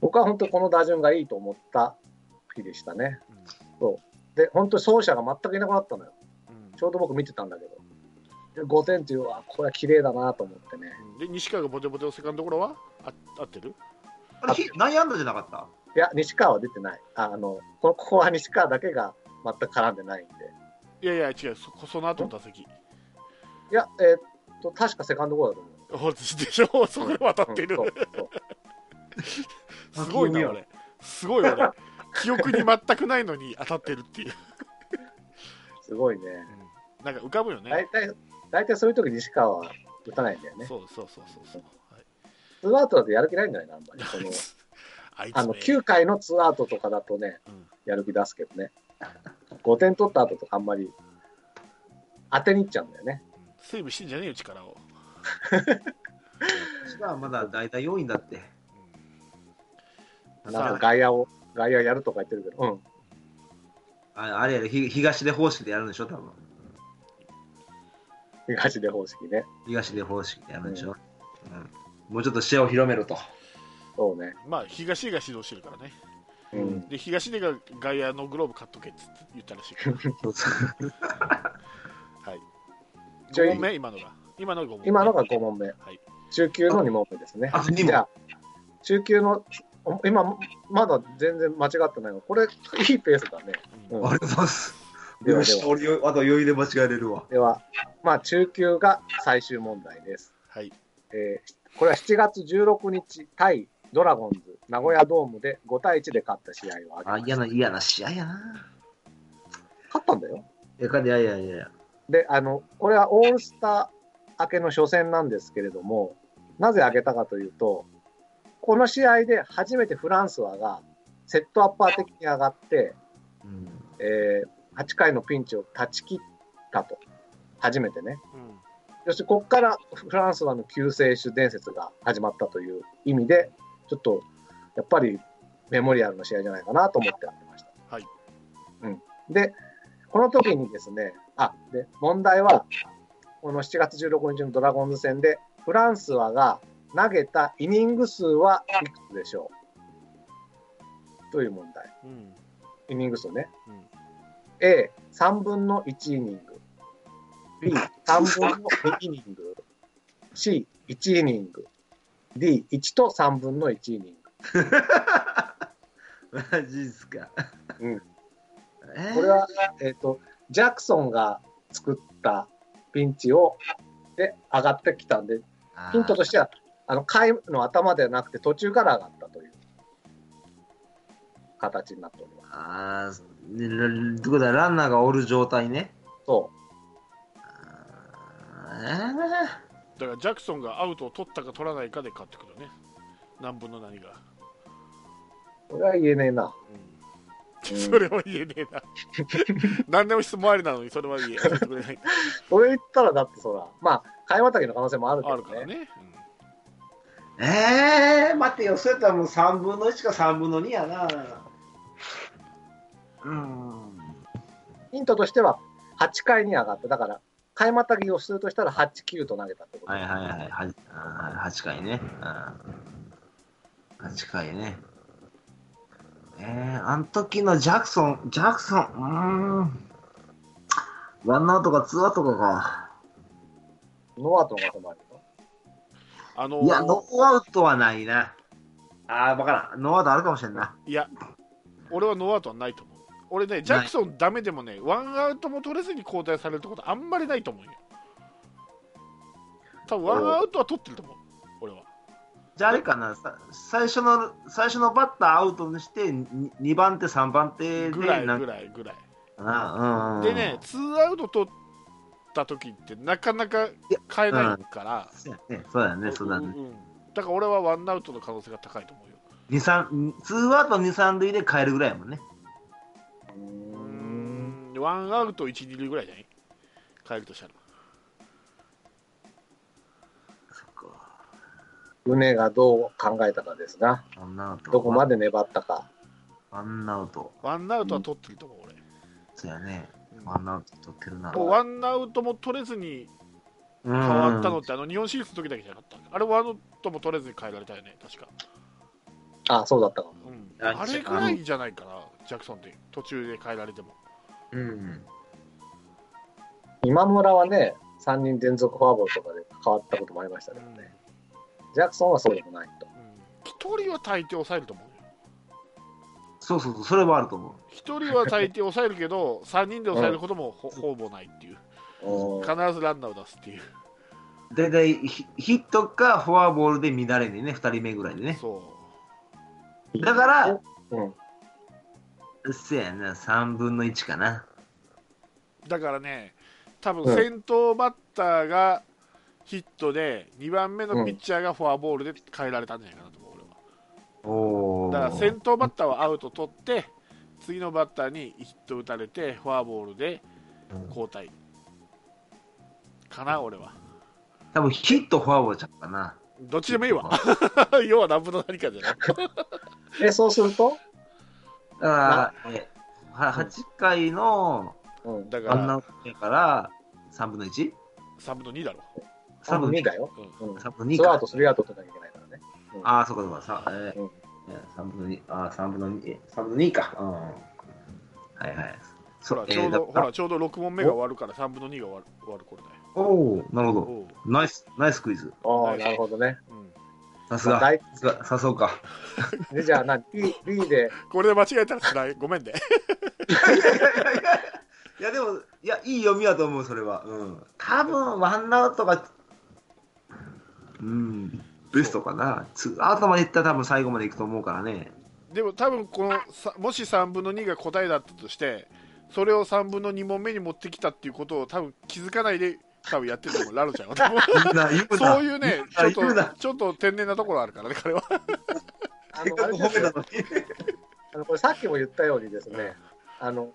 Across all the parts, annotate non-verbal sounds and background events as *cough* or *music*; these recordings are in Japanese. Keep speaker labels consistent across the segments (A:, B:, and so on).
A: 僕は本当この打順がいいと思った日でしたね。そうで、本当に走者が全くいなくなったのよ。ちょうど僕見てたんだけど。で5点っていう、あこれは綺麗だなと思ってね。
B: で西川がボテボテのセカンドゴロはあ合ってる
C: あれ、ヒ内野安打じゃなかった
A: いや、西川は出てない。ああのこここは西川だけが全く絡んでないんで。
B: いやいや違うそその後の打席
A: いや、えーっと、確かセカンドゴールだと思う。
B: おでしょ *laughs* そこに渡ってる
A: うんそうそう
B: すごいな俺すごい俺記憶に全くないのに当たってるっていう
A: すごいね。
B: *laughs* なんか浮かぶよね、
A: 大体、大体そういう時西川は打たないんだよね。
B: そうそうそうそうそう、はい、
A: ツーアウトだとやる気ないんじゃないのあんまり。その
B: あいつ
A: あの
B: ね
A: 9回のツーアウトとかだとね、
B: うん
A: やる気出すけどね、5点取った後とかあんまり当てにいっちゃうんだよね。
B: セーブしてんじゃねえよ力を、
C: 西川はまだ大体4位だって。
A: なんか
C: あ
A: 外野を、外野やるとか言ってるけど、うん、
C: あれやで、ひ東出方式でやるんでしょ、多分
A: 東出方式ね。
C: 東出方式でやるんでしょ。うんもうちょっと視野を広めろと。
A: そうね。
B: まあ東出が指導してるからね
A: うん、
B: で東出が外野のグローブ買っとけっつって言ったらしい
A: *laughs*
B: からはい
A: じゃあ
B: 5問目今のが今のが5問目
A: 今のが5問目、
B: はい
A: 中級の2問目ですね。
C: あ二問
A: じゃあ、中級の、お今、まだ全然間違ってないの。これ、いいペースだね。
B: うん
A: うん
C: ありがとうございます。
A: では
C: よ
A: で
C: し、
A: は
C: 俺よ、あと余裕で間違えれるわ。
A: では、まあ、中級が最終問題です。
B: はい
A: えーこれは7月16日、対ドラゴンズ、名古屋ドームで5対1で勝った試合を
C: あ、
A: 挙げ
C: 嫌
A: ま
C: な、
A: した。
C: 嫌な試合やな。
A: 勝ったんだよ。
C: いや、いやいやいや。
A: で、あの、これはオールスター明けの初戦なんですけれども、なぜ挙げたかというと、この試合で初めてフランスワがセットアッパー的に上がって、
C: うん。 *laughs*
A: えー8回のピンチを断ち切ったと。初めてね。
B: うん
A: そしてここからフランスはの救世主伝説が始まったという意味で、ちょっとやっぱりメモリアルの試合じゃないかなと思ってやってました。
B: はい、
A: うん、で、この時にですね、あで問題は、この7月16日のドラゴンズ戦で、フランスはが投げたイニング数はいくつでしょうという問題。
B: うん
A: イニング数ね。
B: うん
A: A、3分の1イニング。B、3分
B: *laughs*
A: の2イニング。C、1イニング。D、1と3分の1イニン
C: マジっすか。
A: グ。うん、
C: えー。
A: これ、は、えっ、と、ジャクソンが作ったピンチを、で、上がってきたんで、ヒントとしてては、あの、回の頭ではなくて、途中から上がったという形になっております。
C: あーねラってことは、ランナーがおる状態ね。
A: そう。
C: あ
B: だからジャクソンがアウトを取ったか取らないかで勝ってくるね何分の何が、
A: これは言えねえな。
B: うん、 *laughs* それは言えねえな *laughs* 何でも質問ありなのにそれは言え教えてくれ *laughs* ない
A: それ言ったら、だってそら、まあ、貝わたぎの可能性もあるけ
B: あ
A: ど
B: るからね、うん
C: ーえー、待ってよ、それやったらもう3分の1か3分の2やな。うん。
A: ヒントとしては、8回に上がった。だから、買いまたぎをするとしたら、8、9と投げたってこと。
C: はいはいはい、はあー8回ね。うん8回ね。えー、あの時のジャクソン、ジャクソン、うーん。ワンアウトかツーアウトかか。
A: ノーアウトの可能性もあるよ。
B: あの
C: いや、ノーアウトはないな。あー、わからん。ノーアウトあるかもしれんな。
B: いや俺はノーアウトはないと思う俺ねジャクソンダメでもねワンアウトも取れずに交代されるってことあんまりないと思うよ多分ワンアウトは取ってると思う俺は
C: じゃああれかな、さ最初の最初のバッターアウトにして、2番手、3番手で
B: ぐらい
C: なん
B: ぐ
C: から
B: いぐらい
C: な、うん、
B: でね、ツーアウト取った時ってなかなか変えないから、
C: そうやね、そうだね、そうだ
B: うん
C: ね、
B: うんだから俺はワンアウトの可能性が高いと思うよ。
C: 2、3、ツーアウト2、3塁で変えるぐらいやもんね。
B: うんワンアウト1、2塁ぐらいじゃない変えるとしたら。
C: そっか、
A: 船がどう考えたかですが、
C: ワンアウト。
A: どこまで粘ったか。
C: ワンアウト、
B: ワンアウトは取ってると思う、俺。
C: そうやね、
B: うん
C: ワンアウト取ってるな。
B: もうワンアウトも取れずに
C: 変
B: 変わったのって、あの日本シリーズの時だけじゃなかった。あれ、ワンアウトも取れずに変えられたよね、確か。
A: あ、そうだったかも。
B: うん、
C: あ
B: あれぐらいじゃないかな、ジャクソンって、途中で変えられても。
C: うん。
A: 今村はね、3人連続フォアボールとかで変わったこともありました
B: う
A: けど
B: ん
A: ね。ジャクソンはそうでもないと。
B: うん一人は大抵抑えると思うよ。
C: そうそうそう、それはあると思う。
B: 一人は大抵抑えるけど、3人で抑えることもほほぼないっていう、
A: うん
B: 必ずランナーを出すっていう、
C: 大体ヒヒットかフォアボールで乱れでね、2人目ぐらいでね。
B: そ
C: だから、
A: うん
C: せやな、3分の1かな。
B: うだからね、多
A: うん
B: 分先頭バッターがヒットで、2番目のピッチャーがフォアボールで変えられたんじゃないかなと思う、俺は。
C: おお。
B: だから先頭バッターはアウト取って、次のバッターにヒット打たれて、フォアボールで交代かな、俺は。
C: 多分ヒットフォアボールちゃうかな。
B: どっちでもいい
C: *laughs*
B: わ、。要は何分の何かじゃない。
A: え、そうすると、
C: だから、えは8回の
A: うん、
B: だか
C: ワンア
B: ら
C: ウトやから、3分の 1?
B: 3分の2だろ。
A: 3分2だ
C: よ。
A: よ。
B: うん
A: うん。2
C: 3分の2
A: アウ
C: か
A: ト、。3アウト取らなきゃいけないからね。
C: ああ、そうかそうか。さえ
A: うん
C: 3分の2、あ3分の2、え3分の2か。うん。はいはい。
B: ほ
C: そ
B: ら
C: え
B: ちょう
C: ーだ
B: ど、ほら、ちょうど6問目が終わるから、3分の2が終わる、終わる頃だよ。
C: おおなるほど。
B: おう
C: ナイス、ナイスクイズ。
A: ああ、なるほどね。
B: うん
C: さす
A: まあ
C: が。
A: 大
C: さすが、さそうか。
A: でじゃあ何、B, B で、
B: これで間違えたら辛い、ごめんね。
C: いやいやいやいやいやでもいやいい読みやと思うそれはうん多分ワンアウトがうんベストかなツーアウトまでいったら多分最後までいくと思うからね
B: でも多分このさもし3分の2が答えだったとしてそれを3分の2問目に持ってきたっていうことを多分気づかないで多分やってると思うラル
A: *laughs*
B: ちゃんは多分
C: 言 *laughs* うな言うな
B: そういうねちょ
C: 言
B: っ
C: うな言うな
B: とちょっと天然なところあるからね彼は
A: あ
C: せっ
A: の、
C: か
A: あ
C: く
A: れ
C: 褒
A: で
C: め
A: す
C: た
A: よ
C: のに
A: あのこれさっきも言ったようにですね、あの、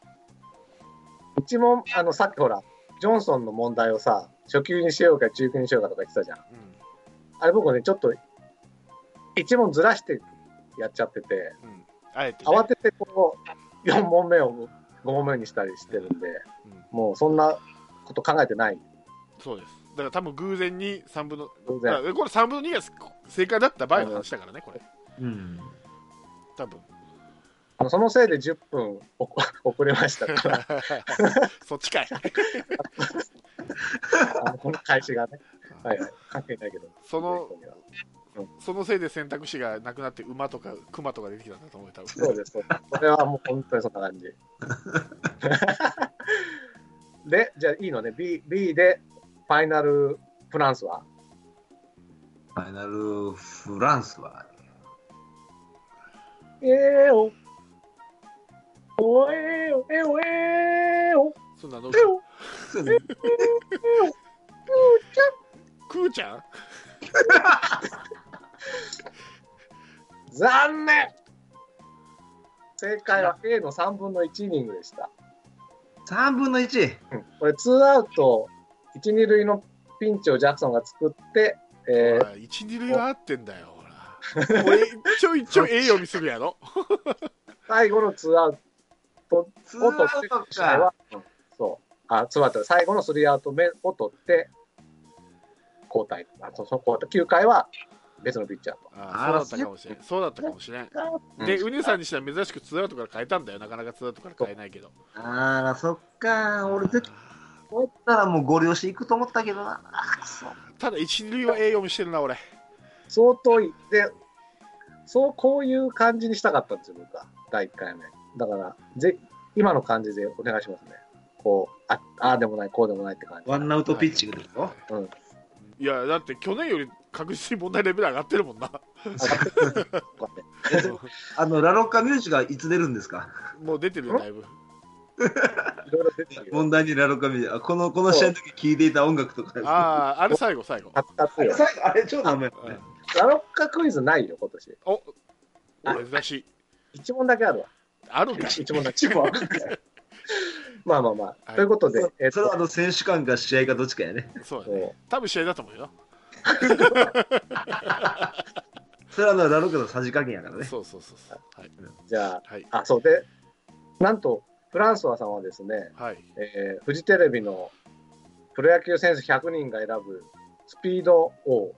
A: うちも、あの、さっきほら、ジョンソンの問題をさ、初級にしようか中級にしようかとか言ってたじゃん。あれ僕ね、ちょっと、一問ずらしてやっちゃってて、
B: うん、うん、あえて、ね
A: 慌ててこう、4問目を5問目にしたりしてるんで、
B: うん
A: もうそんなこと考えてない。
B: そうですだから多分偶然に3分の
A: 偶
B: だ
A: 然。
B: からこれ3分の2が正解だった場合の話だからねこれ
C: うん
B: 多
A: *laughs*
B: 分
A: あのそのせいで10分お *laughs* こ遅れました
C: *laughs*
A: から、
B: そっちかい
A: あのこの開始がね。はいはい。関係ないけど。
B: そのそのせいで選択肢がなくなって馬とか熊とか出てきたんだと思うよ多分
A: そうです、そうです。これはもう本当にそんな感じ。 *laughs* で、じゃあいいのね。B, B で、ファイナルフランスは
C: ファイナルフランスは
A: ええお。おえお、えお、えお、
B: そんなの
A: えお。
C: そうね
B: クーちゃん
A: 残念正解は A の3分の1イニングでした。
C: 3分の1
A: これ、ツーアウト、1、2塁のピンチをジャクソンが作って、えー
B: ほら一二塁は合ってんだよほらこれちょいちょいええ読みするやろ
A: 最後のツーアウ
C: ツ
A: トを
C: ー
A: 取
C: ア
A: っ
C: ウ
A: て、
C: ト
A: 試合
C: か
A: はうんそう、あ、ツーアウト、最後のスリーアウト目を取って、交代。あそそこ9回は別のピッチャーと。
B: ああそうだったかもしれんそうだったかもしれん
C: うん
B: でウニさんにしたら珍しくツーアウトから変えたんだよなかなかツーアウトから変えないけど
C: ああそっか俺絶対思ったらもうご了承いくと思ったけどなあーくそ
B: ただ一二塁はええ読みしてるな俺
A: 相当いで、そう、こういう感じにしたかったんですよ、僕は。第1回目。だから、ぜ今の感じでお願いしますね。こう、ああーでもない、こうでもないって感じ。
C: ワンアウトピッチングですよ
A: うん
B: いやだって去年より確実に問題レベル上がってるもんな
A: *laughs*
C: あのラロッカミュージカいつ出るんですか
B: もう出てるよだいぶ
A: いろいろ出てたけど、
C: 問題にラロカミあこのこの試合の時聴いていた音楽とか
B: あああれ最後最後
A: 買ったって
C: あ
A: よ
C: れ。最後あれ超ダメ
B: うん
A: ラロッカクイズないよ、今年。
B: お珍しい
A: 一問だけあるわ。
B: あるんかい
A: *laughs* 一問だけ。まあまあまあ。
B: はい
A: ということで
C: そ、
A: えっ
C: それはあ
A: と、
C: の選手間か試合かどっちかやね
B: そうだね
A: そう
B: 多分試合だと思うよ
C: それはあのラロッカのさじ加減やからね
B: そうそうそうそうはい
A: じゃ
B: はい
A: あ、あ、そうで、なんと、フランソワさんはですね、
B: はい
A: えーフジテレビのプロ野球選手100人が選ぶスピード王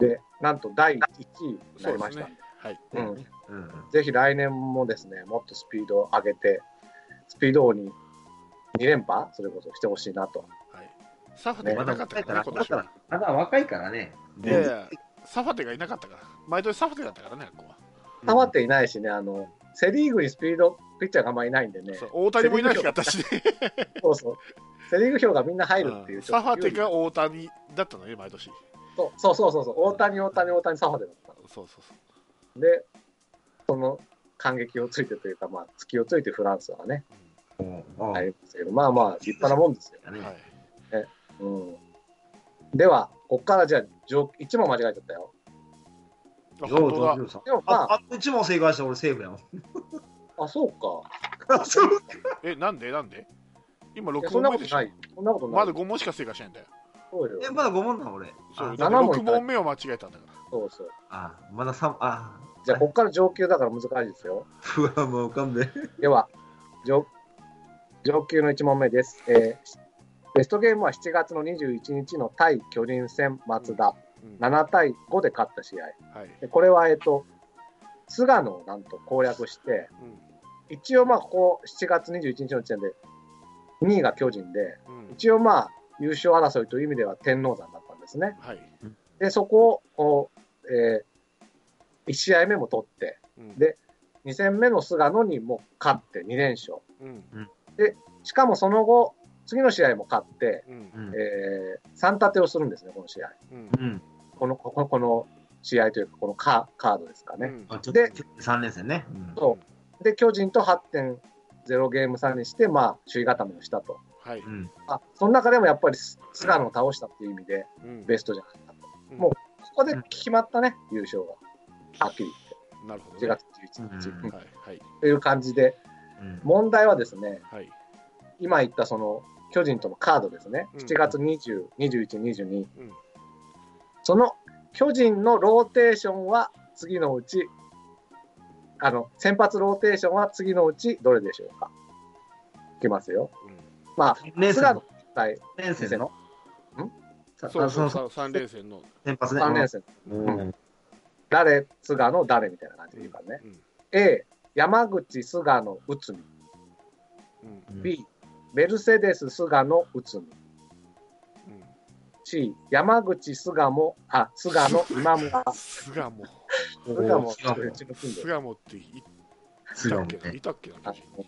A: で、なんと第1位になりました。
B: はい
A: うん
C: うん。
A: ぜひ来年もですね、もっとスピードを上げて、スピード王に2連覇、それこそしてほしいなと。
B: はい、サファテがいなかったからね、今年は。
C: まだ若いからね。
B: いやいや、サファテがいなかったから。毎年サファテだったからね、ここは。
A: たまっていないしね、あの、セ・リーグにスピードピッチャーがあんまりいないんでね、
B: そう大谷もいなかったしね。
A: そうそう。セ・リーグ票がみんな入るっていうう。
B: んサファテが大谷だったのね、毎年。
A: そうそうそうそうそう、大谷、大谷、大谷、サファテだった
B: そうそうそう。
A: んで、その感激をついてというか、まあ、隙をついてフランスはね、
C: うん
A: ありますけど、まあまあ、立派なもんですよ。
B: はい、
A: うん、では、ここからじゃあ、1問間違えちゃったよ。
B: あ
C: よ
B: 本
C: う、
B: 当だ
C: 上手さん
A: でもま
C: あ
A: あ、
C: あと一問正解したら俺セーフやもん。 *laughs*
A: あ、そうか。
C: そう
B: え、なんでなんで今
A: いや
B: 6
A: そん
B: 問
A: な
B: 目
A: こと
B: でしょ
A: ない。そんなことない。
B: まだ5問しか正解しないんだよ。
A: そうよ
C: え、。まだ5問なの俺。
B: そう
C: あ
B: だ
A: 7問
B: 6問目を間違えたんだか
A: そうそう。
C: あ、まだ3、あ、
A: じゃあ、ここから上級だから難しいですよ。
C: 不安もう浮かんで。
A: では、上上級の1問目です、えーベストゲームは7月の21日の対巨人戦松田、
B: ら。
A: 7対5で勝った試合。
B: うんはい
A: でこれは、えっと、菅野をなんと攻略して、
B: うん
A: 一応まあ、ここ7月21日の時点で、2位が巨人で、
B: うん
A: 一応まあ、優勝争いという意味では天王山だったんですね。
B: はい
A: で、そこを、こうえ1試合目も取って、
B: うん
A: で2戦目の菅野にも勝って2連勝。
B: うん
A: しかもその後、次の試合も勝って、
B: うん
C: うん
A: えー、3立てをするんですね、この試合。
B: うん
C: うん。
A: この、こここの試合というか、このカカードですか
B: う
A: ね。
B: ん
C: あ、ちょっ
A: で
C: と3連戦ね。うん
A: そで、巨人と8.0ゲーム差にして、まあ、首位固めをしたと。
B: はい。
C: うん。
A: あ、その中でもやっぱりす菅野を倒したっていう意味で、
B: うん
A: ベストじゃないかと。
B: うん
A: もう、ここで決まったね、優勝が。はっきり
B: なるほど
A: 言
B: ね。は
A: って、10月11日。
C: うん
A: うん
B: いはい
A: という感じで、
C: うん
A: 問題はですね、
B: はい。
A: 今言ったその巨人とのカードですね、
B: うん
A: 7月20、21、22、
B: うん
A: その巨人のローテーションは次のうち、あの先発ローテーションは次のうちどれでしょうか。いきますよ。
B: うん
A: まあ、
C: 連
A: 菅
C: 戦
A: 野
C: の
A: 対
C: 連
A: 先
C: 戦
A: 生
C: の
A: の
C: さ
B: そう
C: あ
B: そ
C: そうう
B: そ
C: そう
B: う三連戦の。
C: 先発ね。
A: 3連戦、
C: うん
A: 誰、菅野、誰みたいな感じでいいからね。A、山口、菅野、内海。
B: うんうん
C: うん
A: B、メルセデス、菅野、内海。
B: うん
A: C、山口、菅野、あ、菅野、今村。
B: 巣鴨。
A: それはもう、う
C: 巣鴨
A: ちの近所
B: 巣鴨ってい
C: 菅
B: た
C: 野
B: っけな。
C: ね
B: いたっけな。巨人に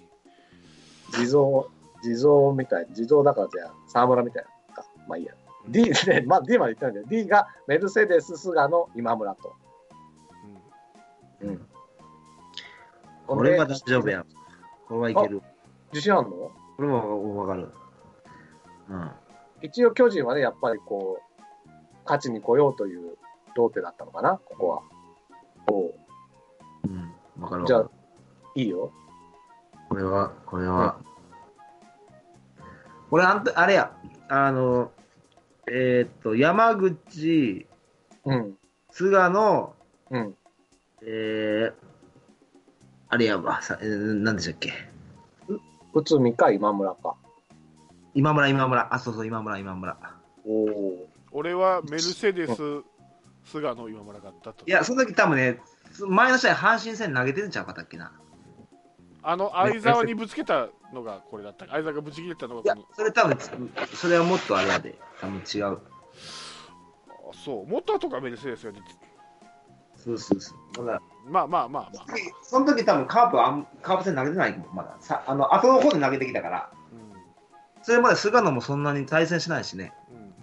A: 地蔵、地蔵みたい、地蔵だからじゃあ、沢村みたいなか。まあいいや。D で、まあ D まで言ったんだよ。D がメルセデス、菅野、今村と。
B: うん
A: うん。
C: これは大丈夫や。これはいける。
A: 自信あるの
C: これは分かる。うん。
A: 一応巨人はね、やっぱりこう、勝ちに来ようというローテだったのかな、ここは。お
C: うん。分か
A: う
C: るわ
A: じゃ
C: か
A: あ
C: る。、
A: いいよ。
C: これは、これは。これあんた、あれや。あの、えーっと、山口、
A: うん。
C: 菅野、
A: うん。
C: えー、あれやわ。さえーなんでしたっけ。
A: 内海か今村か。
C: 今村、今村。あ、そうそう、今村、今村。
A: おお。
B: 俺はメルセデス、菅野、今村だったと。
C: いや、その時多分ね、前の試合、阪神戦投げてるんちゃうかったっけな。
B: あの、相沢にぶつけたのがこれだった。相沢がぶち切れたの
C: い
B: が
C: や
B: この。、
C: それ多分、それはもっとあれやで。多分違う。
B: あそう、元とかメルセデスが出て
C: そうそうそう。まだ、
B: まあまあまあまあ。
C: その時多分カープはあん、カープ戦投げてないもん、まだ。さあの、後の方で投げてきたから。
B: う
C: それまで菅野もそんなに対戦しないしね。
B: んうん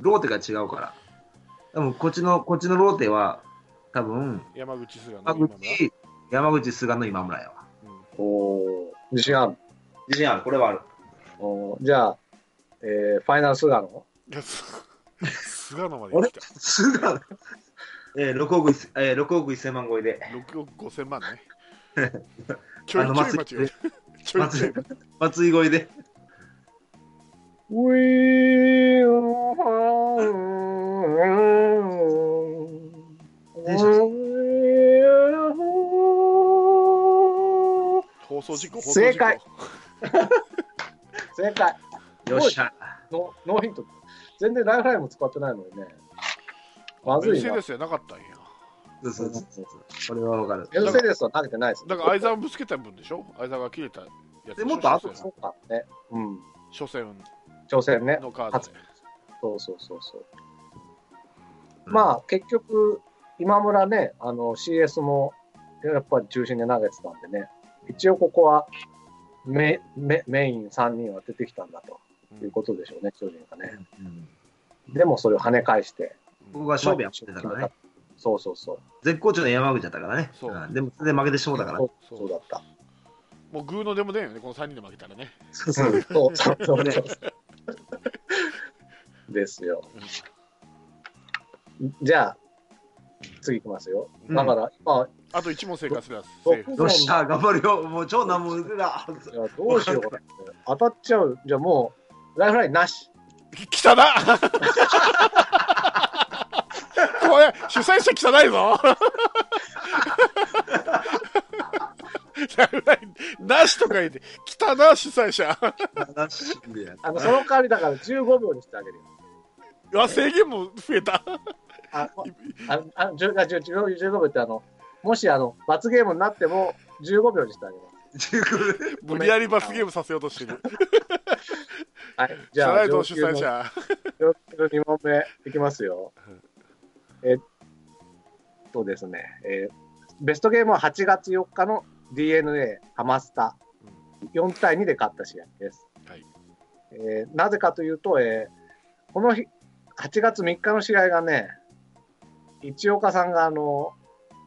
C: ローテが違うから。でも、こっちの、こっちのローテは、多分、
B: 山口菅野、今
C: 山
B: 村。
C: 口、山口、菅野、今村やわ。
B: うん
A: おお。自信ある
C: 自信ある、これはある。
A: おーじゃあ、えー、ファイナル菅野
B: いや、す菅野まで来た。
C: 菅野。えー、6億一、えー、6億1000万超えで。
B: 6億5千万ね。ちょいちょい間違
C: 松
B: えた。ちょいちょい。
C: 松井超えで。
A: We are
B: 放送事故、放送事故。
A: 正解正解
C: よっしゃ。
A: ノノーヒント全然ライフラインも使ってないのにねま
B: メ
A: ず
B: ル
A: い
B: セ
A: な
B: デスじゃなかったんや。
C: そうそうそうそう。これはわかる。
A: メルセデスは投げてないですね。
B: だから相沢ぶつけた分でしょ相沢が切れたやつ
C: でもっと後
B: 初
A: そうかね。うん。
B: 戦初戦
A: 挑戦ね。
B: のカードで
A: そうそうそうそう。まあ、結局、今村ね、あの、CS も、やっぱり中心で投げてたんでね、一応ここはメ、メメイン3人は出てきたんだと
B: うん
A: いうことでしょうね、巨人がね。
C: うん、うん
A: でもそれを跳ね返して、
C: ここが勝負やってたからね。
A: そうそうそう。
C: 絶好調の山口だったからね。
B: そうん
C: でも、それで負けてしまうだから
A: そ。うそうだった。
B: もうグーの出も出んよねこの3人で負けたらね
C: そう
A: そ
C: そうう。
A: そうそうそう
C: ね
A: ですよ。じゃあ、次いきますよ。
B: うん
A: だから、今、
B: あと1問正解すればセー
A: 6
B: フ
C: よっしゃ、頑張るよ。もう超難問 *laughs* だ。
A: いやどうしようかな当たっちゃう。じゃあもう、ライフラインなし。
B: 汚っこれ主催者汚いぞなしとか言って汚な主催者
C: 悲しいんだよ
A: あの、その代わりだから15秒にしてあげるよ。
B: うわ制限も増え
A: あ、
B: た
A: ああ10あ10 15 15秒ってあの、もしあの、罰ゲームになっても15秒にしてあげます。
C: 15秒
B: 無理やり罰ゲームさせようとしてる
A: はい。じ
B: じ
A: ゃ
B: ゃな
A: あ、
B: いぞ主催 *laughs* 者
A: 上級の2問目いきますよ。えっとですね、えーベストゲームは8月4日の DNA ハマスタ4対2で勝った試合です。
B: はい
A: えーなぜかというと、えーこの日8月3日の試合がね、一岡さんがあの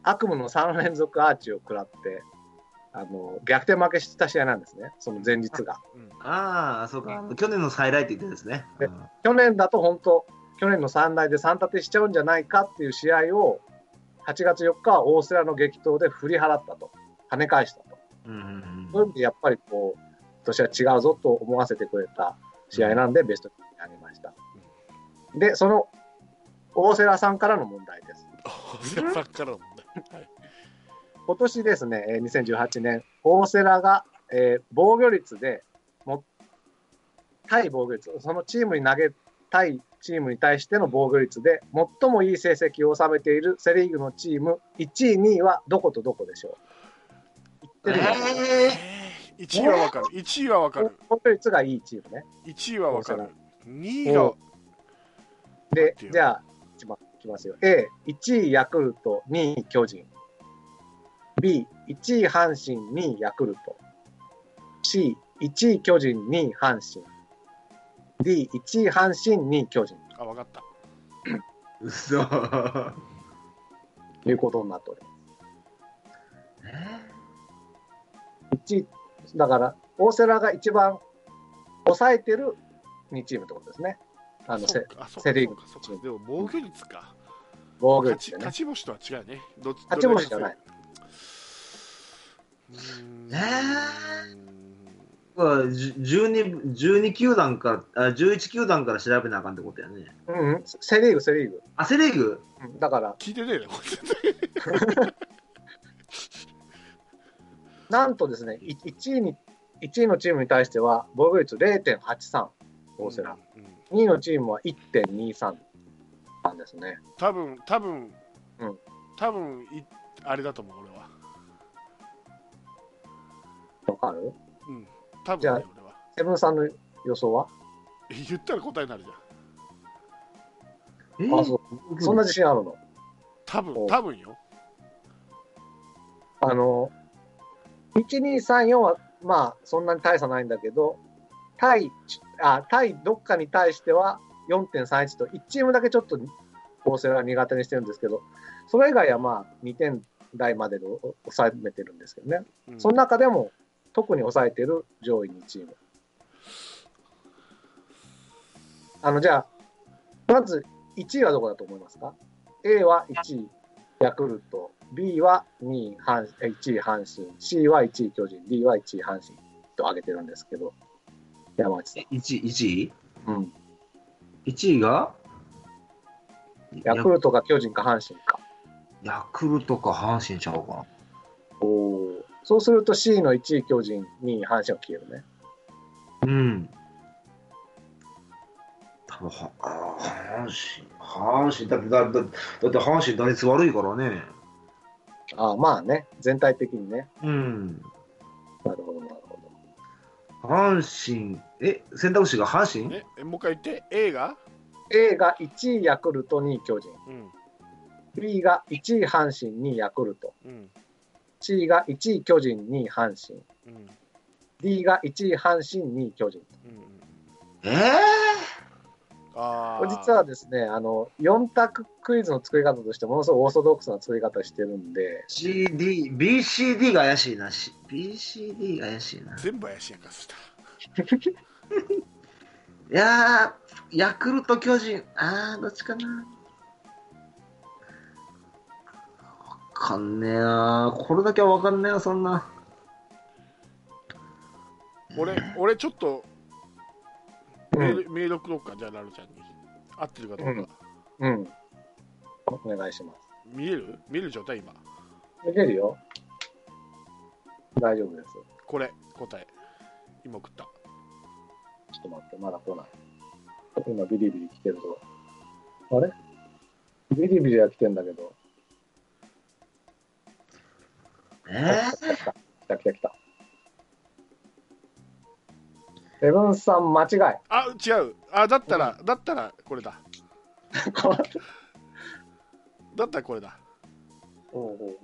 A: 悪夢の3連続アーチを食らって、あの逆転負けした試合なんですね、その前日が。
C: ああ、そうか。去年の再来って言ってですね。
A: で
C: うん
A: 去年だと本当、去年の3大で3立てしちゃうんじゃないかっていう試合を、8月4日は大瀬良の激闘で振り払ったと、跳ね返したと、
C: うん
A: そういう意味でやっぱりこう、今年は違うぞと思わせてくれた試合なんで、ベストにあげました。で、その大瀬良さんからの問題です。
B: さっきからの問題
A: 今年ですね、えー2018年、大瀬良が、えー防御率でも、対防御率、そのチームに投げたいチームに対しての防御率で、最もいい成績を収めているセ・リーグのチーム、1位、2位はどことどこでしょう。言ってるよ
C: え
B: 1位はわかる1位はわかる
A: 防御率がいいチームね。
B: 1位はわかる2位
A: お
B: が
A: で
B: 待ってよ、
A: じゃあ、一番いきますよ。A、1位ヤクルト、2位巨人。B、1位阪神、2位ヤクルト。C、1位巨人、2位阪神。D、1位阪神、2位巨人
B: あわかった
C: ー、嘘。
A: ということになっておりま
C: え
A: す。1位、だから、大瀬良が一番抑えてる2チームってことですね。あの、
B: そ
A: せ
B: うかそうか
A: セ・リーグ
B: そうかそうかでも防御率か
A: 防御
B: 勝
A: 率
B: ち
A: でね
B: 勝。ち星とは違うねどっち
A: 勝ち星じゃない
B: うーん
C: え12, 12球団からあ11球団から調べなあかんってことやね。
A: うんうん、セ・リーグ、セ・リーグ。
C: あ、セ・リーグ
A: うんだから、
B: 聞いてねえねこれ全然
A: なんとですね、い1位に、1位のチームに対しては、防御率0.83、大瀬良。
B: うんうん
A: 2位のチームは1.23なんですね。
B: 多分多分
A: うん
B: 多分いあれだと思う俺は
A: わかる
B: うん多
A: じゃ
B: 分
A: あ
B: ね俺は
A: セブンさんの予想は、
B: え言ったら答えになるじゃん
C: え
A: あ、そう。そんな自信あるの
B: 多
A: お
B: 分多分よ
A: あの、1、2、3、4は、まあ、そんなに大差ないんだけど、対、あ、対どっかに対しては4.31と、1チームだけちょっと構成は苦手にしてるんですけど、それ以外はまあ、2点台までで抑えめてるんですけどね。
B: うん
A: その中でも、特に抑えてる上位2チーム。あの、じゃあ、まず1位はどこだと思いますか ?A は1位、ヤクルト。B は2位阪え1位、阪神。C は1位、巨人。D は1位、阪神。と挙げてるんですけど、山内さ
C: え 1, 1位
A: ん。うん。
C: ?1 位が
A: ヤクルトか巨人か阪神か。
C: ヤクルトか阪神ちゃうか
A: そうすると C の1位、巨人、2位、阪神は消えるね。
C: な。うん。多分はあー阪神、阪神だって、だだだって阪神打率悪いからね。
A: ああ、まあね、全体的にね。
C: うん。
A: なるほど、なるほど。
C: 阪神、え、選択肢が阪神
B: ね、えもう一回言って、A が、
A: A が1位ヤクルト、2位巨人。
B: うん、
A: B が1位阪神、2位ヤクルト。
B: うん、
A: C が1位巨人、2位阪神。
B: うん、うん、
A: D が1位阪神、2位巨人。
B: うん。
C: えー、
B: あ
A: こ
B: あ。
A: れ実はですね、あの、4択クイズの作り方として、ものすごいオーソドックスな作り方してるんで、
C: ?CD、BCD が怪しいな。し BCD が怪しいな。
B: 全部怪しいやんか、そしたら。
C: いやー、ヤクルト、巨人、あー、どっちかな。わかんねえなこれだけはわかんねえよ、そんな。
B: 俺、俺ちょっと
A: う
B: メー
A: ん、
B: ル、メール送ろうか、じゃあ、ラルちゃんに。合ってるかどうか。
A: うん。お願いします。
B: 見える見える状態、今。
A: いけるよ。大丈夫です。
B: これ、答え。今送った。
A: ちょっと待って、まだ来ない。今、ビリビリ来てるぞ。あれビリビリは来てんだけど。
C: え
A: 来た来た来た来た。セブンさん間違
C: *laughs*
A: い。
B: あ、違う。あ、だったら、だったら、これだ。
A: これ
B: だったら、これだ。
A: うんうんうん。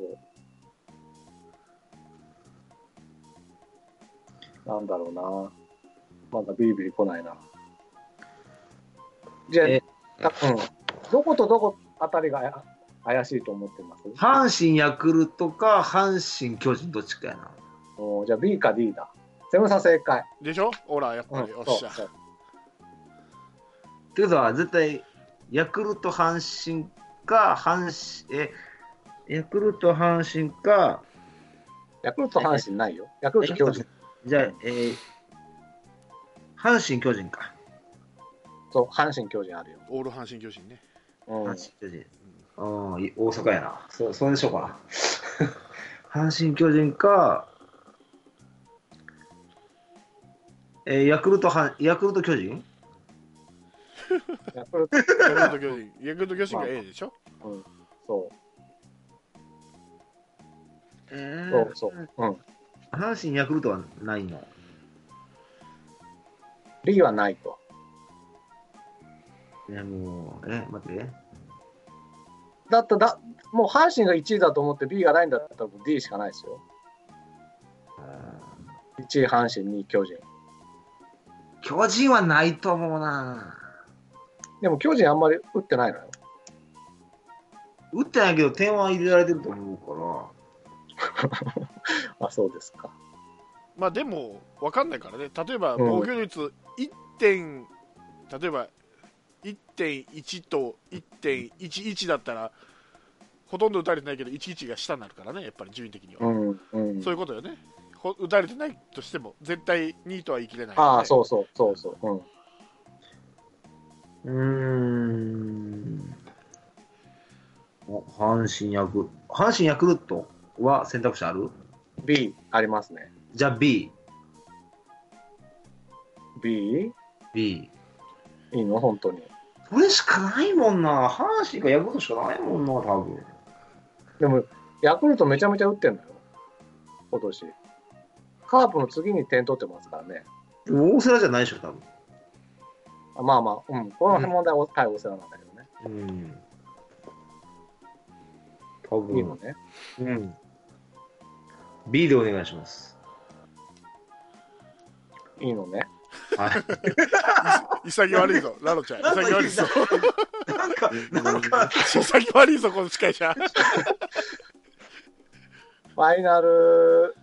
A: なんだろうな。まだビリビリ来ないな。じゃ
C: え
A: あ、たうん。どことどこあたりがあ怪しいと思ってます
C: ー、阪神、ヤクルトか、阪神、巨人、どっちかやな。
A: おーじゃあ B か D だ。セブンさん正解。
B: でしょほら、やっ
A: う
B: ぱ
A: ん、
B: り、
A: そ
B: お
A: う
B: っしゃ。
A: そう
C: ってことは、絶対、ヤクルト、阪神か、阪神、え、ヤクルト、阪神か、
A: ヤクルト阪神ないよ。ヤクルト巨人。
C: じゃあ、えー、阪神、巨人か。
A: そう、阪神巨人あるよ。
B: オール阪神巨人ね。
A: うん
C: 阪。神、巨人。うん、い大阪やな。そ、そうでしょうか
A: *laughs*
C: な。阪神、巨人か、えー、ヤクルト、はヤクルト、巨人
A: ヤクルト、
B: ヤクルト巨人。ヤクルト巨人が A でしょ
A: うん、そ
C: え
A: う、
C: ー
A: そう、そう。うん。
C: 阪神、ヤクルトはないの。
A: B はないと。
C: いや、もう、え、待って。
A: だっただ、もう阪神が1位だと思って B がないんだったらもう D しかないですよ。
C: あー
A: 1位阪神、2位巨人。
C: 巨人はないと思うな。
A: でも巨人あんまり打ってないのよ。
C: 打ってないけど、点は入れられてると思うから。
A: あ、そうですか。
B: まあでも、わかんないからね。例えば、
A: うん
B: 防御率1点、例えば、1.1と1.11だったら、ほとんど打たれてないけど、11が下になるからね、やっぱり順位的には。
A: うん、うん
B: そう。いうことよね。ほ打たれてないとしても、絶対2位とは言い切れない、
A: ああ、
B: う。
A: そうそう、そうそう。うん。
C: うーん。お阪神ヤク阪神ヤクルトは選択肢ある
A: B ありますね。
C: じゃあ B。
A: B?
C: B。
A: いいの本当に。
C: それしかないもんな。阪神かヤクルトしかないもんな、多分。
A: でも、ヤクルトめちゃめちゃ打ってんのよ。今年。カープの次に点取ってますからね。
C: でも大瀬良じゃないでしょ、多分。
A: あまあまあ、うん。この問題は対応せななんだけどね。
C: うん。多
A: いいの
C: 分。
A: ね。
C: うん。B でお願いします。
A: いいのね。
C: はい。
B: 潔悪いぞ、ラロちゃ
C: *laughs*
B: ん。潔悪い *laughs* ぞ。
C: なんか、なんか、
B: 潔悪いぞ、この司会者。
A: ファイナル、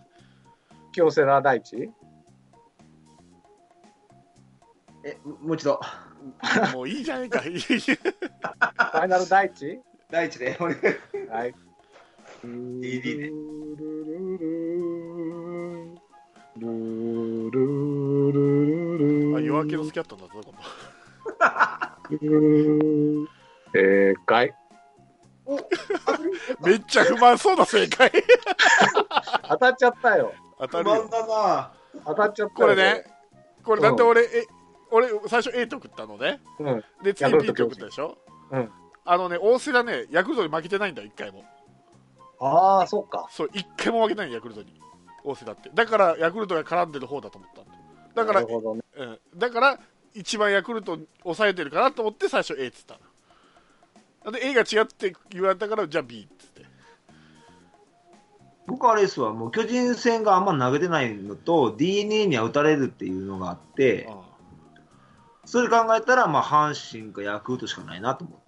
A: 清瀬良大地
C: え、もう一度。
B: もういいじゃねえか。いい
A: ファイナル大地
C: 第一 *laughs* で。
A: はい。
C: DD ね
B: あ夜明けの好きだったんだぞ、今度。
A: 正解。
B: めっちゃ不満そうな正解。
A: 当たっちゃったよ。
B: 当た
C: 不
B: るよ
C: 満。だな。
A: 当たっちゃった
B: こ
A: よ。
B: れね。、これだって俺、え、俺、最初 A と送ったのね。
A: うん。
B: で、次
A: ヤクル
B: B
A: ト
B: と送ったでしょ
A: うん。
B: あのね、大瀬良ね、ヤクルトに負けてないんだよ、一回も。
A: あああ、そっか。
B: そう一回も負けないのヤクルトに大瀬だってだからヤクルトが絡んでる方だと思っただから
A: なるほどね。
B: うん、だから一番ヤクルト抑えてるかなと思って最初 A っつったので A が違うって言われたからじゃあ B っつって
C: 僕はあれですわ、もう巨人戦があんま投げてないのと、DNA には打たれるっていうのがあって、
B: あ
C: それ考えたら、まあ、阪神かヤクルトしかないなと思って。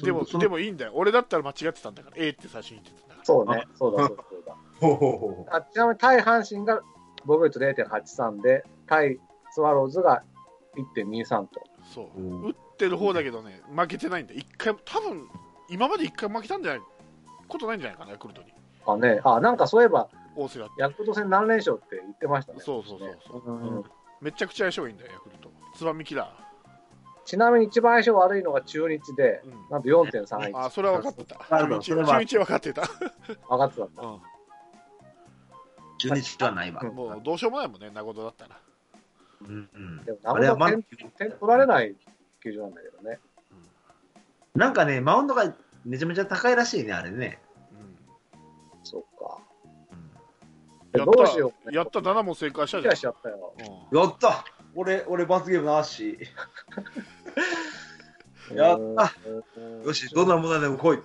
B: あでも
C: その
B: でもいいんだよ俺だったら間違ってたんだから A って最初に言ってたんだから
A: そうね。そうだ、そうだ、そうだ。
D: ほうほうほ
A: あちなみに対阪神が防御率0.83で、対スワローズが1.23と。
B: そう、
D: うん
B: 打ってる方だけどね負けてないんだよ一回も多分今まで一回も負けたんじゃないことないんじゃないかなヤクルトに
A: あね、あなんかそういえば、
B: 大瀬だって
A: ヤクルト戦何連勝って言ってましたね。
B: そうそうそうそ
A: う
B: う
A: ん
B: めちゃくちゃ相性がいいんだよヤクルトつばみキラ
A: ちなみに一番相性悪いのが中日で
B: ー、、うん、
A: なんと4.31。
B: あそれは分かってた
C: なるほどそ
B: 中
C: れ
B: 日
C: は
B: 中日は分かってた、
A: 上がってたんだ。
B: うん
C: 中日はないわ。
A: う
B: もうどうしようもないもんね、名古屋だったら。
C: うんうん
A: でも、
C: あ
A: な
C: れは
A: る
C: ま
A: ほ
C: あ
A: ど点点取られない球場なんだけどね。
C: なんかね、マウンドがめちゃめちゃ高いらしいね、あれね。
B: う
A: そっか。
B: ん、や
A: どうしよう、
B: った、やった7問正解した
A: キ
B: じ
A: ラキ
B: ゃん
A: ラし。ちゃったよ。
B: う
D: やった俺、俺、罰ゲームなし。やった
A: うん。
C: よし、どんな問題でも来い。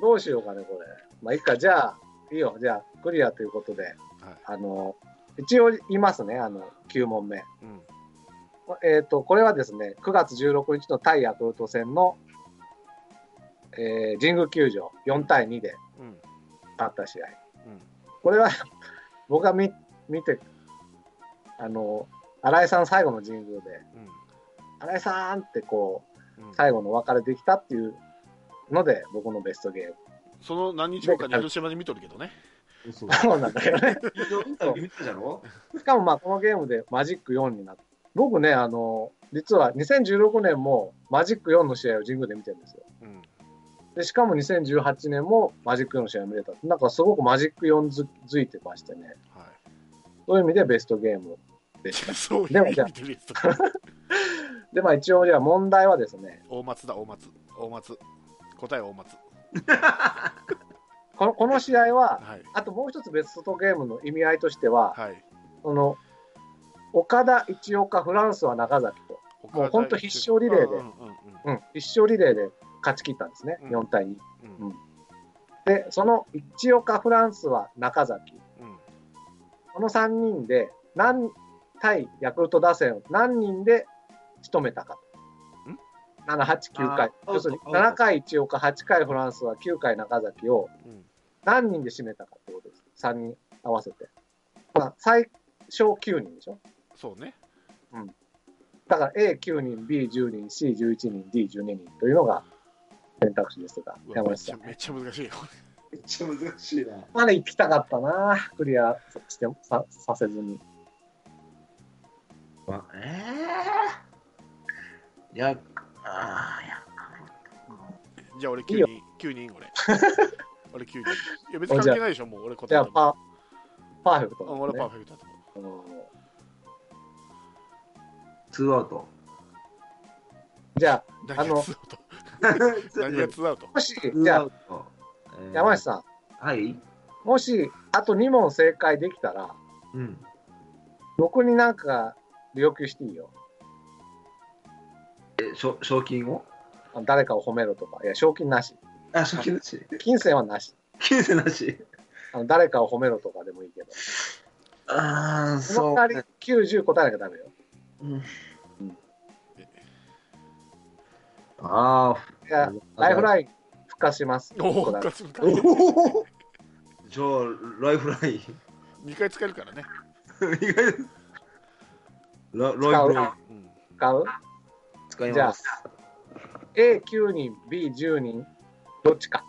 A: どうしようかね、これ。まあ、いいか、じゃあ、いいよ、じゃあ、クリアということで、あの、一応言いますね、あの、9問目。
B: んうん
A: えっ、と、これはですね、9月16日の対ヤクルト戦の、えー神宮球場4対2で
B: うん
A: 勝った試合。
B: うん
A: これは、 *laughs* 僕が見、見て、あの、新井さん最後の神宮で、新井さんってこう、
B: うんうん
A: 最後のお別れできたっていうので、僕のベストゲーム。 *laughs*
B: その何日後かに広島で見とるけどね。
D: そう
A: そうなんだよね。
D: インタビュー見たじゃろ
A: しかもまあこのゲームでマジック4になって、僕ね、あの、実は2016年もマジック4の試合を神宮で見てるんですよ。
B: うん
A: で、しかも2018年もマジック4の試合を見れた。なんかすごくマジック4づづいてましてね。
B: は
A: そういう意味でベストゲーム。
B: い、そうい
A: で
B: う
A: も
B: 意
A: じゃあ
B: 味でです。
A: で、まあ一応じゃあ問題はですね、
B: 大松だ、大松。大松。答えは大松。
A: このこの試合は、
B: はい。
A: あともう一つベストゲームの意味合いとしては、
B: はい。
A: その、岡田、一岡、フランスは中崎と、もう本当必勝リレーで
B: うんうんう
A: う
B: ん
A: ん、一勝リレーで勝ち切ったんですね、
B: うん
A: 4対2。
B: うん
A: で、その一岡、フランスは中崎、
B: うん
A: この3人で何対ヤクルト打線を何人で仕留めたか。
B: ん
A: ?7、8、9回。
C: あー
A: 要するに
C: アウトアウト
A: 7回一岡、8回フランスは9回中崎を
B: うん
A: 何人で締めたかってことです。3人合わせて。まあ、最小9人でしょ
B: そうね。
A: だから A9 人、B10 人、C11 人、D12 人というのが選択肢ですが、
B: うわ
A: 山
B: めっ
A: 内
B: ち
A: さ
B: ゃ
A: ん。
B: めっちゃ難しいよ。 *laughs*
D: めっちゃ難しいな。
A: まだ行きたかったなクリアしてささせずに。
C: まあ、えー、いや、あーいや
B: じゃあ俺
A: いいよ
B: 9人、
A: *laughs*
B: 9人俺。俺9人。いや別に関係ないでしょ、もう俺答
A: じ
B: え
A: ゃ
B: は
A: あ、パー、パーフェクト
B: う
A: だ
B: ん
A: ね、
B: 俺はパーフェクトだと思う。
A: うん
C: ツーアウト。
A: じゃあ、
B: 何
A: あ
B: が
A: の
B: ツーアウト
C: ツ
B: 何がツーアウト
A: もし、じ
C: ーア
A: ゃあ
C: ウ、ト。えー
A: 山下さ
C: はい。
A: ん、もし、あと2問正解できたら、
C: うん。
A: 僕になんか要求していいよ。
C: え、しょ賞金を
A: 誰かを褒めろとか。いや、賞金なし。
C: あ、賞金なし。
A: 金銭はなし。
C: *laughs* 金銭なし。
A: あの誰かを褒めろとかでもいいけど。
C: ああ、
A: そ
C: そ
A: の
C: う。
A: 代わり90答えなきゃダメよ。
C: うんあ
A: いや
C: あ、、
A: ライフライン復活します。
B: おお、
A: ここだ
B: 復活するか。
D: おお
C: じゃあ、ライフライン。
B: 2回使えるからね。
C: 意外とララ
A: 使う
C: イフライン
B: うん
A: 使う
C: 使い
A: じゃ
C: ま
A: あ
C: す。
A: ?A9 人、B10 人、どっちか。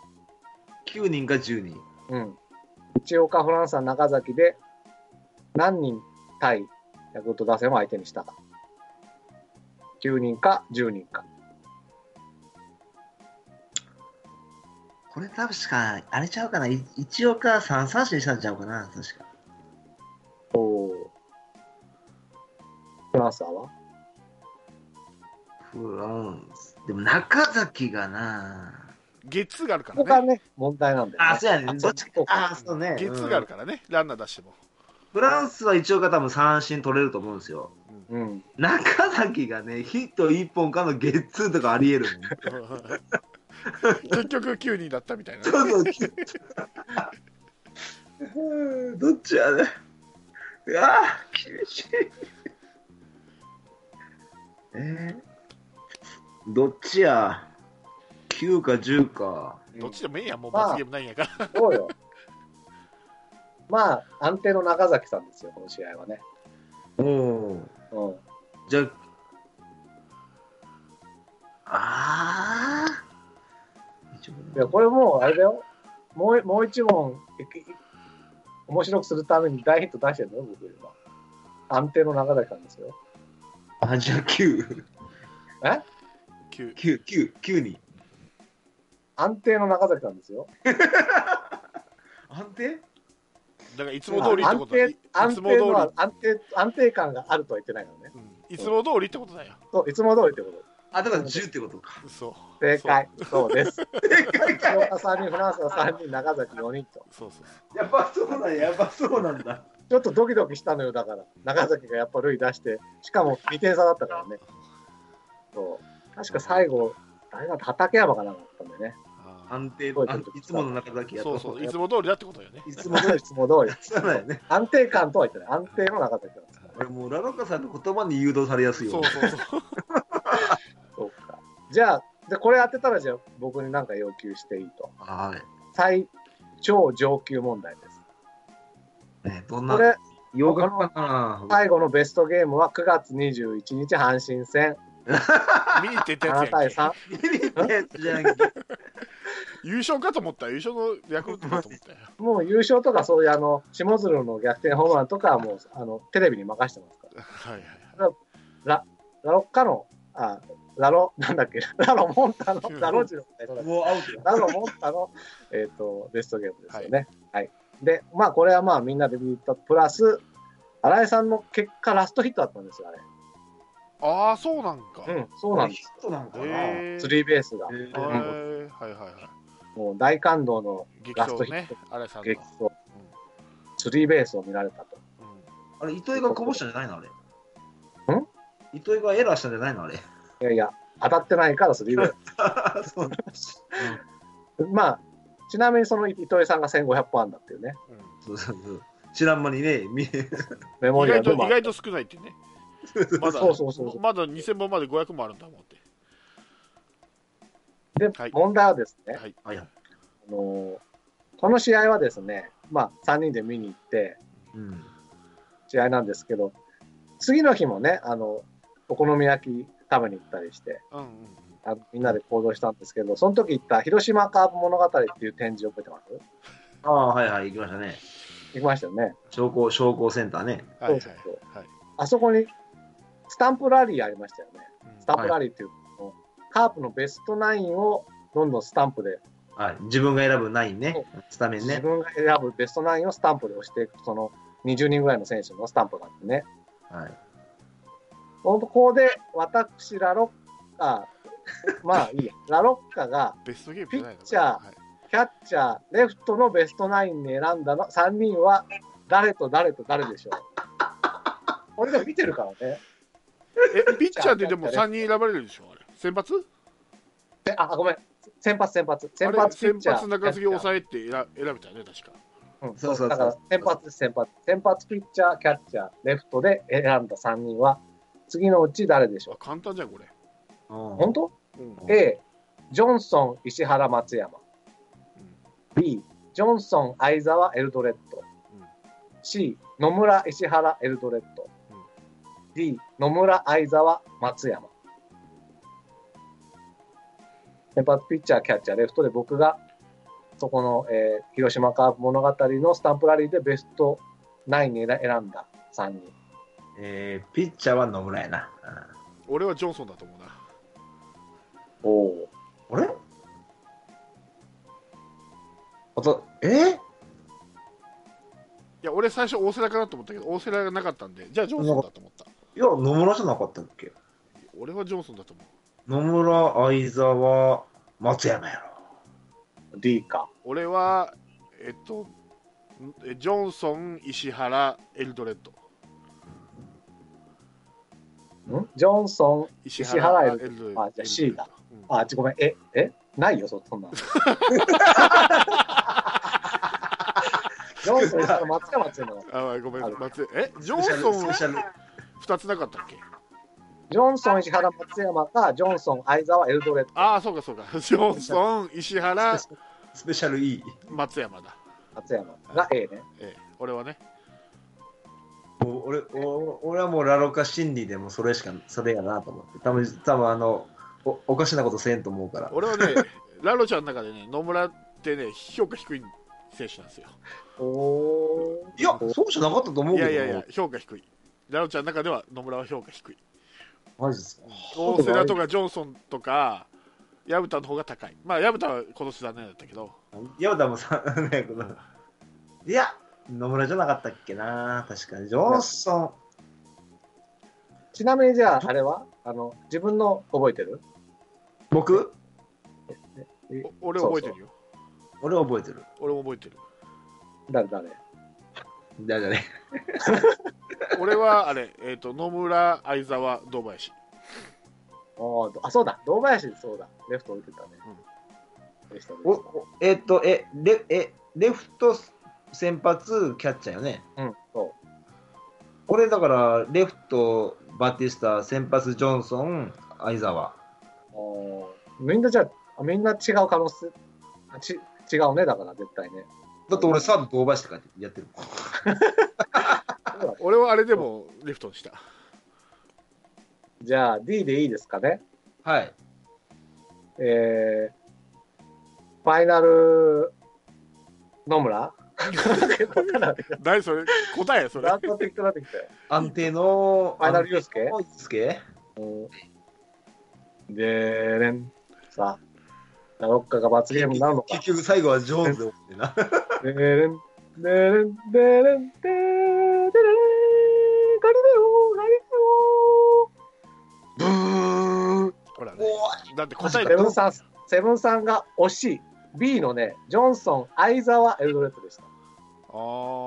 C: 9人か10人。
A: うん。一岡フランスは中崎で、何人対ヤクルト打線を相手にしたか。9人か10人か。
C: これ多分しか、あれちゃうかな。い一応か3三振したんちゃうかな。確か。
A: フランスは
C: フランス。でも中崎がな。
B: 月があるか
A: ここ
B: ら
A: が
B: ね。
A: ね、問題なんだよ、
C: あ、
A: ね。
C: そうやね。どっちか
A: そう。
C: あ、そうね。
B: 月
C: うん
B: があるからね、ランナー出し
A: *laughs*
B: ても。
C: フランスは一応が多分三振取れると思うんですよ。
A: うん。
C: 中崎がね、ヒット1本かのゲッツーとかありえるもん。
B: 結局9人だったみたいなね。
C: そうそう、きっとうん *laughs* どっちやね。うわあ、厳しい。えー、どっちや ?9 か10か。
B: どっちでもいいやん、もう罰ゲームないんやから。
A: そうよ。まあ、安定の中崎さんですよ、この試合はね。
C: おお。
A: うん。
C: じゃあ、あ
A: いや、これもう、あれだよ。もう、もう一問、いい面白くするために大ヒット出してるのよ、僕今。安定の中崎さんですよ。
C: あ。あ、じゃあ9。
B: 9
C: 9、9、9に。
A: 安定の中崎さんですよ。
C: 安定
B: だからいつも通りってことだい
A: 安
B: い
A: 定、安
B: つも通
A: 定
B: り
A: のは安定、安定感があるとは言ってないからね。
B: うんいつも通りってことだよ。
A: そう、いつも通りってこと。
C: あ、だから10ってことか。
B: そう。
A: 正解。そうです。
C: 正
A: 福岡3人、フランスは3人、中崎4人と。
B: そう。そうそう
C: やばそうなんだ、やばそうなんだ。
A: ちょっとドキドキしたのよ、だから。中崎がやっぱ塁出して、しかも2点差だったからね。そう。確か最後、誰が畠山かなんかだったんだよね。
B: あ
C: 安定
A: そう
C: あいつもの中だけ
B: ー
C: や
B: そう
C: と
B: そう。いつも通りだってことよね。
C: いつ
A: いつ
C: も
A: も通り、いつも通り。
C: *laughs* そうだよね。
A: 安定感とは言ってない。安定の中崎なんですからね。
C: 俺もうラロカさんの言葉に誘導されやすい
B: そ
C: よ。
B: うそうそう。
A: そうか。じゃあ、で、これ当てたら、じゃあ僕に何か要求していいと。
C: は
A: 最超上級問題です。
C: い。ね、どん
A: こ
C: な
A: れ、
C: 洋楽かな
A: 最後のベストゲームは9月21日阪神戦
B: 見に行ってったや
A: 7
B: つや
A: 対
B: んけ。 *laughs*
A: 3。
C: 見に行ったやつじゃんけ。
B: 優勝かと思ったら優勝のヤクルトかと思ったよ。 *laughs*
A: もう優勝とかそういうあの、下鶴の逆転ホームランとかはもう、あの、テレビに任せてますから。
B: はいはい
A: ラロッカの、あ、ラロ、なんだっけ、ラロモンタの、ラロジロ、
C: もうアウト
A: ラロモンタの、 *laughs* えっ、と、ベストゲームですよね。はい、で、まあ、これはまあ、みんなで見た、プラス、新井さんの結果、ラストヒットだったんですよ、あ
B: ああ、そうなんか。
A: れ。
B: へ
A: うん、そうなんで
C: ヒ
A: す。
C: ットなのかな、
B: え。
A: スリーベースが、
C: えー
B: はいはいはい。
A: もう大感動の
B: 激
A: ラスト
B: 走
A: ヒッ
B: ね
A: ト、
B: 荒井さんの
A: 激。走、スリーベースを見られたと。
B: うん
C: あれ、糸井がこぼしたんじゃないのあれ。
A: ん
C: 糸井がエラーしたんじゃないのあれ。 *laughs*
A: いやいや、当たってないからスリーベース。
C: そう
A: まあ、ちなみにその糸井さんが1500本安打っていうね、
B: うん
C: そうそう。知らん間にね、見え。
A: メモ
B: 意
A: リア
B: 外と
A: ル
B: 意外と少ないってね。まだ
A: そうそうそうそう
B: まだ2000本まで500もあるんだもんって。
A: で、
B: はい
A: 問題はですね、
B: はい。
C: はいはい
A: あのーこの試合はですね、まあ、3人で見に行って、
C: うん。
A: 試合なんですけど、次の日もね、あの、お好み焼き食べに行ったりして、
B: うんうん。
A: あみんなで行動したんですけど、その時行った広島カープ物語っていう展示を覚えてます
C: ああ、はいはい、行きましたね。
A: 行きましたよね。
C: 商工、商工センターね。
B: はいはい
A: そうそう
B: はい。
A: あそこにスタンプラリーありましたよね。
B: うん
A: スタンプラリーっていう、あのカープのベストナインをどんどんスタンプで
C: はい。自分が選ぶナインね。スタメン
A: 自
C: ね。
A: 分が選ぶベストナインをスタンプで押していく、その20人ぐらいの選手のスタンプがあってね、
C: はい。
A: ここで私、ラロッカ、まあいいや、ラロッカが
B: ベストゲームじゃないの
A: ピッチャー
B: はい
A: キャッチャー、レフトのベストナインに選んだの3人は誰と誰と誰でしょう。俺が見てるからね。
B: え、ピッチャーででも3人選ばれるでしょ、あれ。先発
A: えあ、ごめん。先発、先発。
B: あ
A: 先
B: れ
A: 発ピッ
B: 先
A: チャー。
B: 発中継ぎ抑えって選選べたよね、確か。
A: うん
C: そうそうそう
A: だから先発です、先発。先発ピッチャー、キャッチャー、レフトで選んだ3人は、次のうち誰でしょ
B: あ簡単じゃん、これ。
A: う。
C: 本
A: 本当
B: うん。
A: A、ジョンソン、石原、松山。B、ジョンソン、相沢、エルドレッド。
B: うん
A: C、野村、石原、エルドレッド
B: うん。
A: D、野村、相沢、松山。先発ピッチャー、キャッチャー、レフトで僕が、そこの、えー広島カープ物語のスタンプラリーでベスト9に選んだ3人。
C: えー、ピッチャーは野村やな。
B: 俺はジョンソンだと思うな。
A: おお。
C: うんあれあと、え
B: いや、俺最初大瀬良かなと思ったけど、大瀬良がなかったんで、じゃあジョンソンだと思った。
C: いや、野村じゃなかったっけ
B: 俺はジョンソンだと思う。
C: 野村、相沢、松山やろ。
A: D か。
B: 俺は、えっと、んえジョンソン、石原、エルドレッド。
A: んジョンソン、
B: 石
A: 原エル
B: ルドレ
A: あじゃあ C だ。
B: エルドレッドうん
A: あ、ちごめん、え、え、ないよ、そそんなの。ジョンソン、石原松山っていうのは。
B: あ、ごめ
A: あ
B: ん、
A: の
B: 松江え、ジョン
D: スペシャル
B: ソン
D: スペシャル
B: 2つなかったっけ
A: ジョンソン、石原松山か、ジョンソン、相沢、エルドレッド。
B: ああ、そうかそうか。ジョンソン、石原、
D: スペシャル E。
B: 松山だ。
A: 松山が A ね。
B: ええ、俺はね。
C: もう俺お俺はもうラロカ心理でもうそれしかそれやなと思って多分多分あのおおかしなことせんと思うから
B: *laughs* 俺はね、 *laughs* ラロちゃんの中でね、野村ってね、評価低い選手なんですよ。
A: お
C: いやそうじゃなかったと思う
B: い
C: けど
B: やいやいや、評価低い。ラロちゃんの中では野村は評価低い。
C: マジですか
B: 大瀬良とかジョンソンとか、薮田の方が高い。まあ、薮田は今年残念だったけど、
C: 山田もさなんやけどいや野村じゃなかったっけな確かにジョンソン
A: ちなみにじゃあ、あれはあの自分の覚えてる
C: 僕
B: お俺覚えてるよ。
C: 俺覚えてる
B: 俺も覚えてる。
A: 誰誰
C: だじゃね
B: 俺はあれ、えっと野村、相沢、堂林。
A: おーどあ、そうだ、堂林、そうだ、レフト置いてたね。でしたね
C: おおえっとえレえレフト先発キャッチャーよね
A: うん、そう。
C: 俺だからレフトバティスタ先発ジョンソン相沢
A: おみんなじゃああ、みんな違う可能性、あち違うね、だから絶対ね。
C: だって俺サード堂林って書いてやってる
B: 俺はあれでもレフトにした。
A: じゃあ D でいいですかね。
C: はい
A: えー、ファイナル野
C: *laughs*
A: 村わからん
B: 何それ答えそれ。
A: だんだん適当になってきたよ。
C: 安定の
A: ファイナルユースケ
C: 安定のユースケ
A: でーれん。さあ、ラロッカが罰ゲームになるのか
C: *laughs* 結。局最後はジョーンズで終わってな
A: でーれん。でーれん。でーれん。でーれん。でーれん。ガリベオガリベオブー
B: ほらね。
C: *laughs* お
B: だって答
A: セ
B: えが
A: ブンさん、セブンさんが惜しい。B のね、ジョンソン、相沢、エルドレッドでした。
B: あ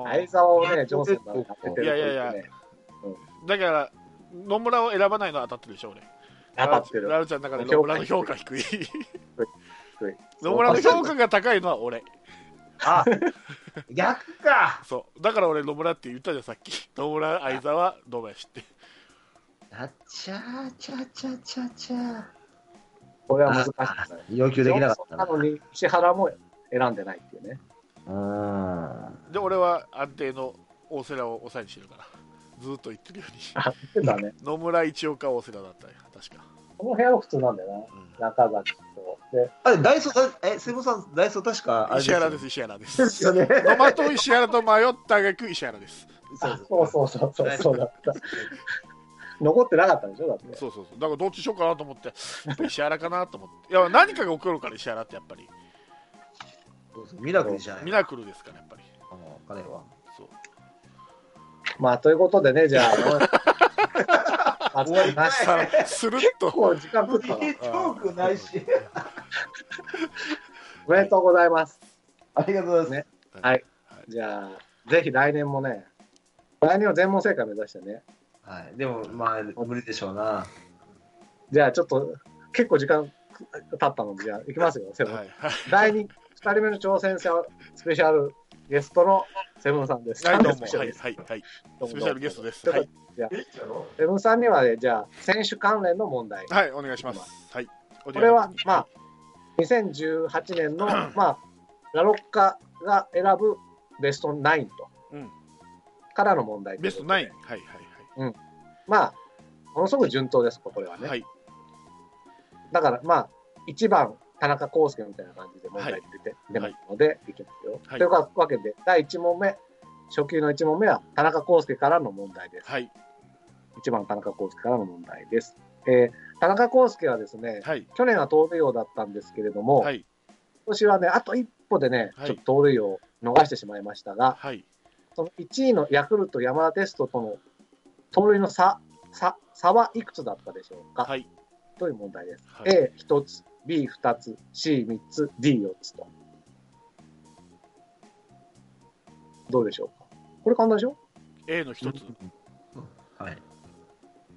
B: あ
A: 相沢をね、ジョンソンが当ててるとね
B: いやいやいやだから野村を選ばないのは当たってるでしょ俺。
A: 当たって
B: ラ
A: る。
B: ルちゃんの中で野村の評価低い。
A: 低い
B: 野村の評価が高いのは俺。
C: あ逆か
B: そう。だから俺野村って言ったじゃんさっき。野村、相沢、堂林って。
C: あちゃーちゃーちゃーちゃーちゃー
A: これは難しいですね。
C: 要求できなかっ
A: ジョンソ
C: た
A: ンなのに、石原も選んでないっていうね。
C: なうーん
B: で、俺は安定の大瀬良を抑えにしてるから。ずっと言ってるように。
A: あ、言ってたね。
B: 野村、一岡、大瀬良だったよ。確か。
A: この部屋が普通なんだよ
B: うん
A: な。中崎と。で、
C: あれダイソーえセブンさんダイソー確かあれ
B: 石原です、
C: よ
B: 石原です。
C: ですよね
B: 野間と石原と迷ったがく石原です。
A: あそうそうそうそう、そうだった。残ってなかったでしょだって。
B: そうそうそう。だからどっちしようかなと思って、やっぱ石原かなと思って。いや、何かが起こるから石原ってやっぱり。
C: そうそうミラクルじゃない
B: ミラクルですから、やっぱり。
C: あの彼は
B: そう。
A: まあ、ということでね、じゃ
B: *laughs*
A: あ、終わりました。
B: さあ、スルッと。
A: もう時間食ったな。
C: トークないし
A: おめでとうございます。
C: ありがとうございます
A: ねじゃあ、ぜひ来年もね、来年は全問正解目指してね。
C: はい、でもまあ無理でしょうな。
A: じゃあ、ちょっと、結構時間経ったので、じゃあ、行きますよ、セブン。
B: はいはい。
A: 第2、2人目の挑戦者スペシャルゲストのセブンさんです。
B: はい、どうも。
A: スペシャ
B: は
A: ル
B: い、
A: ゲス
B: はい、はい。
A: ト
B: スペシャルゲストです
A: ということセブンさんにはね、じゃあ、選手関連の問題。
B: はい、お願いします。はい。
A: こ
B: こ
A: れは、まあ、2018年
B: *clears throat*
A: の、まあ、ラロッカが選ぶベスト9と、
B: うん
A: からの問題とい
B: ベ
A: う
B: ス
A: こと
B: ト
A: で。
B: 9。はい、はい、は
A: まあ、ものすごく順当です、これはね。
B: い。はい。
A: だからまあ、1番、田中康介みたいな感じで問題出て、出ますので、い、きますよ。
B: はい
A: というわけで、第1問目、初級の1問目は、田中康介からの問題です。
B: はい。
A: 1番、田中康介からの問題です。えー田中康介はですね、
B: はい。
A: 去年は盗塁王だったんですけれども、
B: はい。
A: 今年はね、あと一歩でね、
B: はい
A: ちょっと盗塁王を逃してしまいましたが、
B: はい。
A: その1位のヤクルト、山田テストとの盗塁の差、差、差はいくつだったでしょうか、
B: はい。
A: という問題です。
B: はい
A: A1 つ、B2 つ、C3 つ、D4 つと。どうでしょうか。これ簡単でしょ
B: A の一つ、フ
D: はい。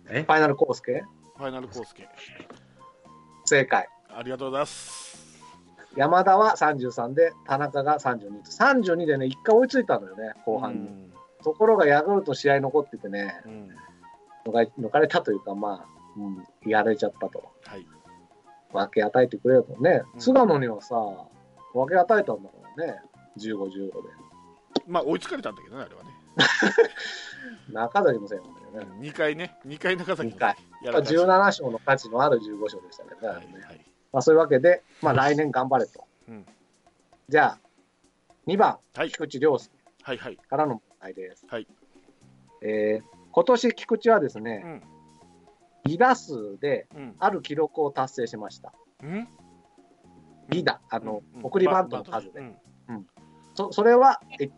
D: え
A: ファイナルコースケ
B: ァイナルコースケ。
A: 正解。
B: ありがとうございます。
A: 山田は33で、田中が32と。32でね、一回追いついたのよね、後半に。ところがヤクルト試合残っててね、
B: うんうん
A: 抜かれ抜かれたというか、まあ、うん、やられちゃったと。
B: はい。
A: 分け与えてくれよとね、
B: うん
A: 菅野にはさ、分け与えたんだからね、15、15で。
B: まあ、追いつかれたんだけどね、あれはね。
A: 中崎もせいなんだよね。
B: 2回ね、2回中崎
A: 2回。
B: や
A: まあ
B: らかし
A: 17勝の価値のある15勝でしたけどね。
B: はいはい
A: まあ、そういうわけで、まあ、来年頑張れと。
B: うん
A: じゃあ、2番、
B: はい
A: 菊池涼介
B: はいはい。
A: からの問題です。
B: はい
A: えー今年、菊池はです
B: う
A: ね、
B: ん
A: 2打数で
B: うん
A: ある記録を達成しました。
B: うん
A: 2打、あの、
B: うん
A: 送りバントの数で。
B: うん
A: そそれは、えっ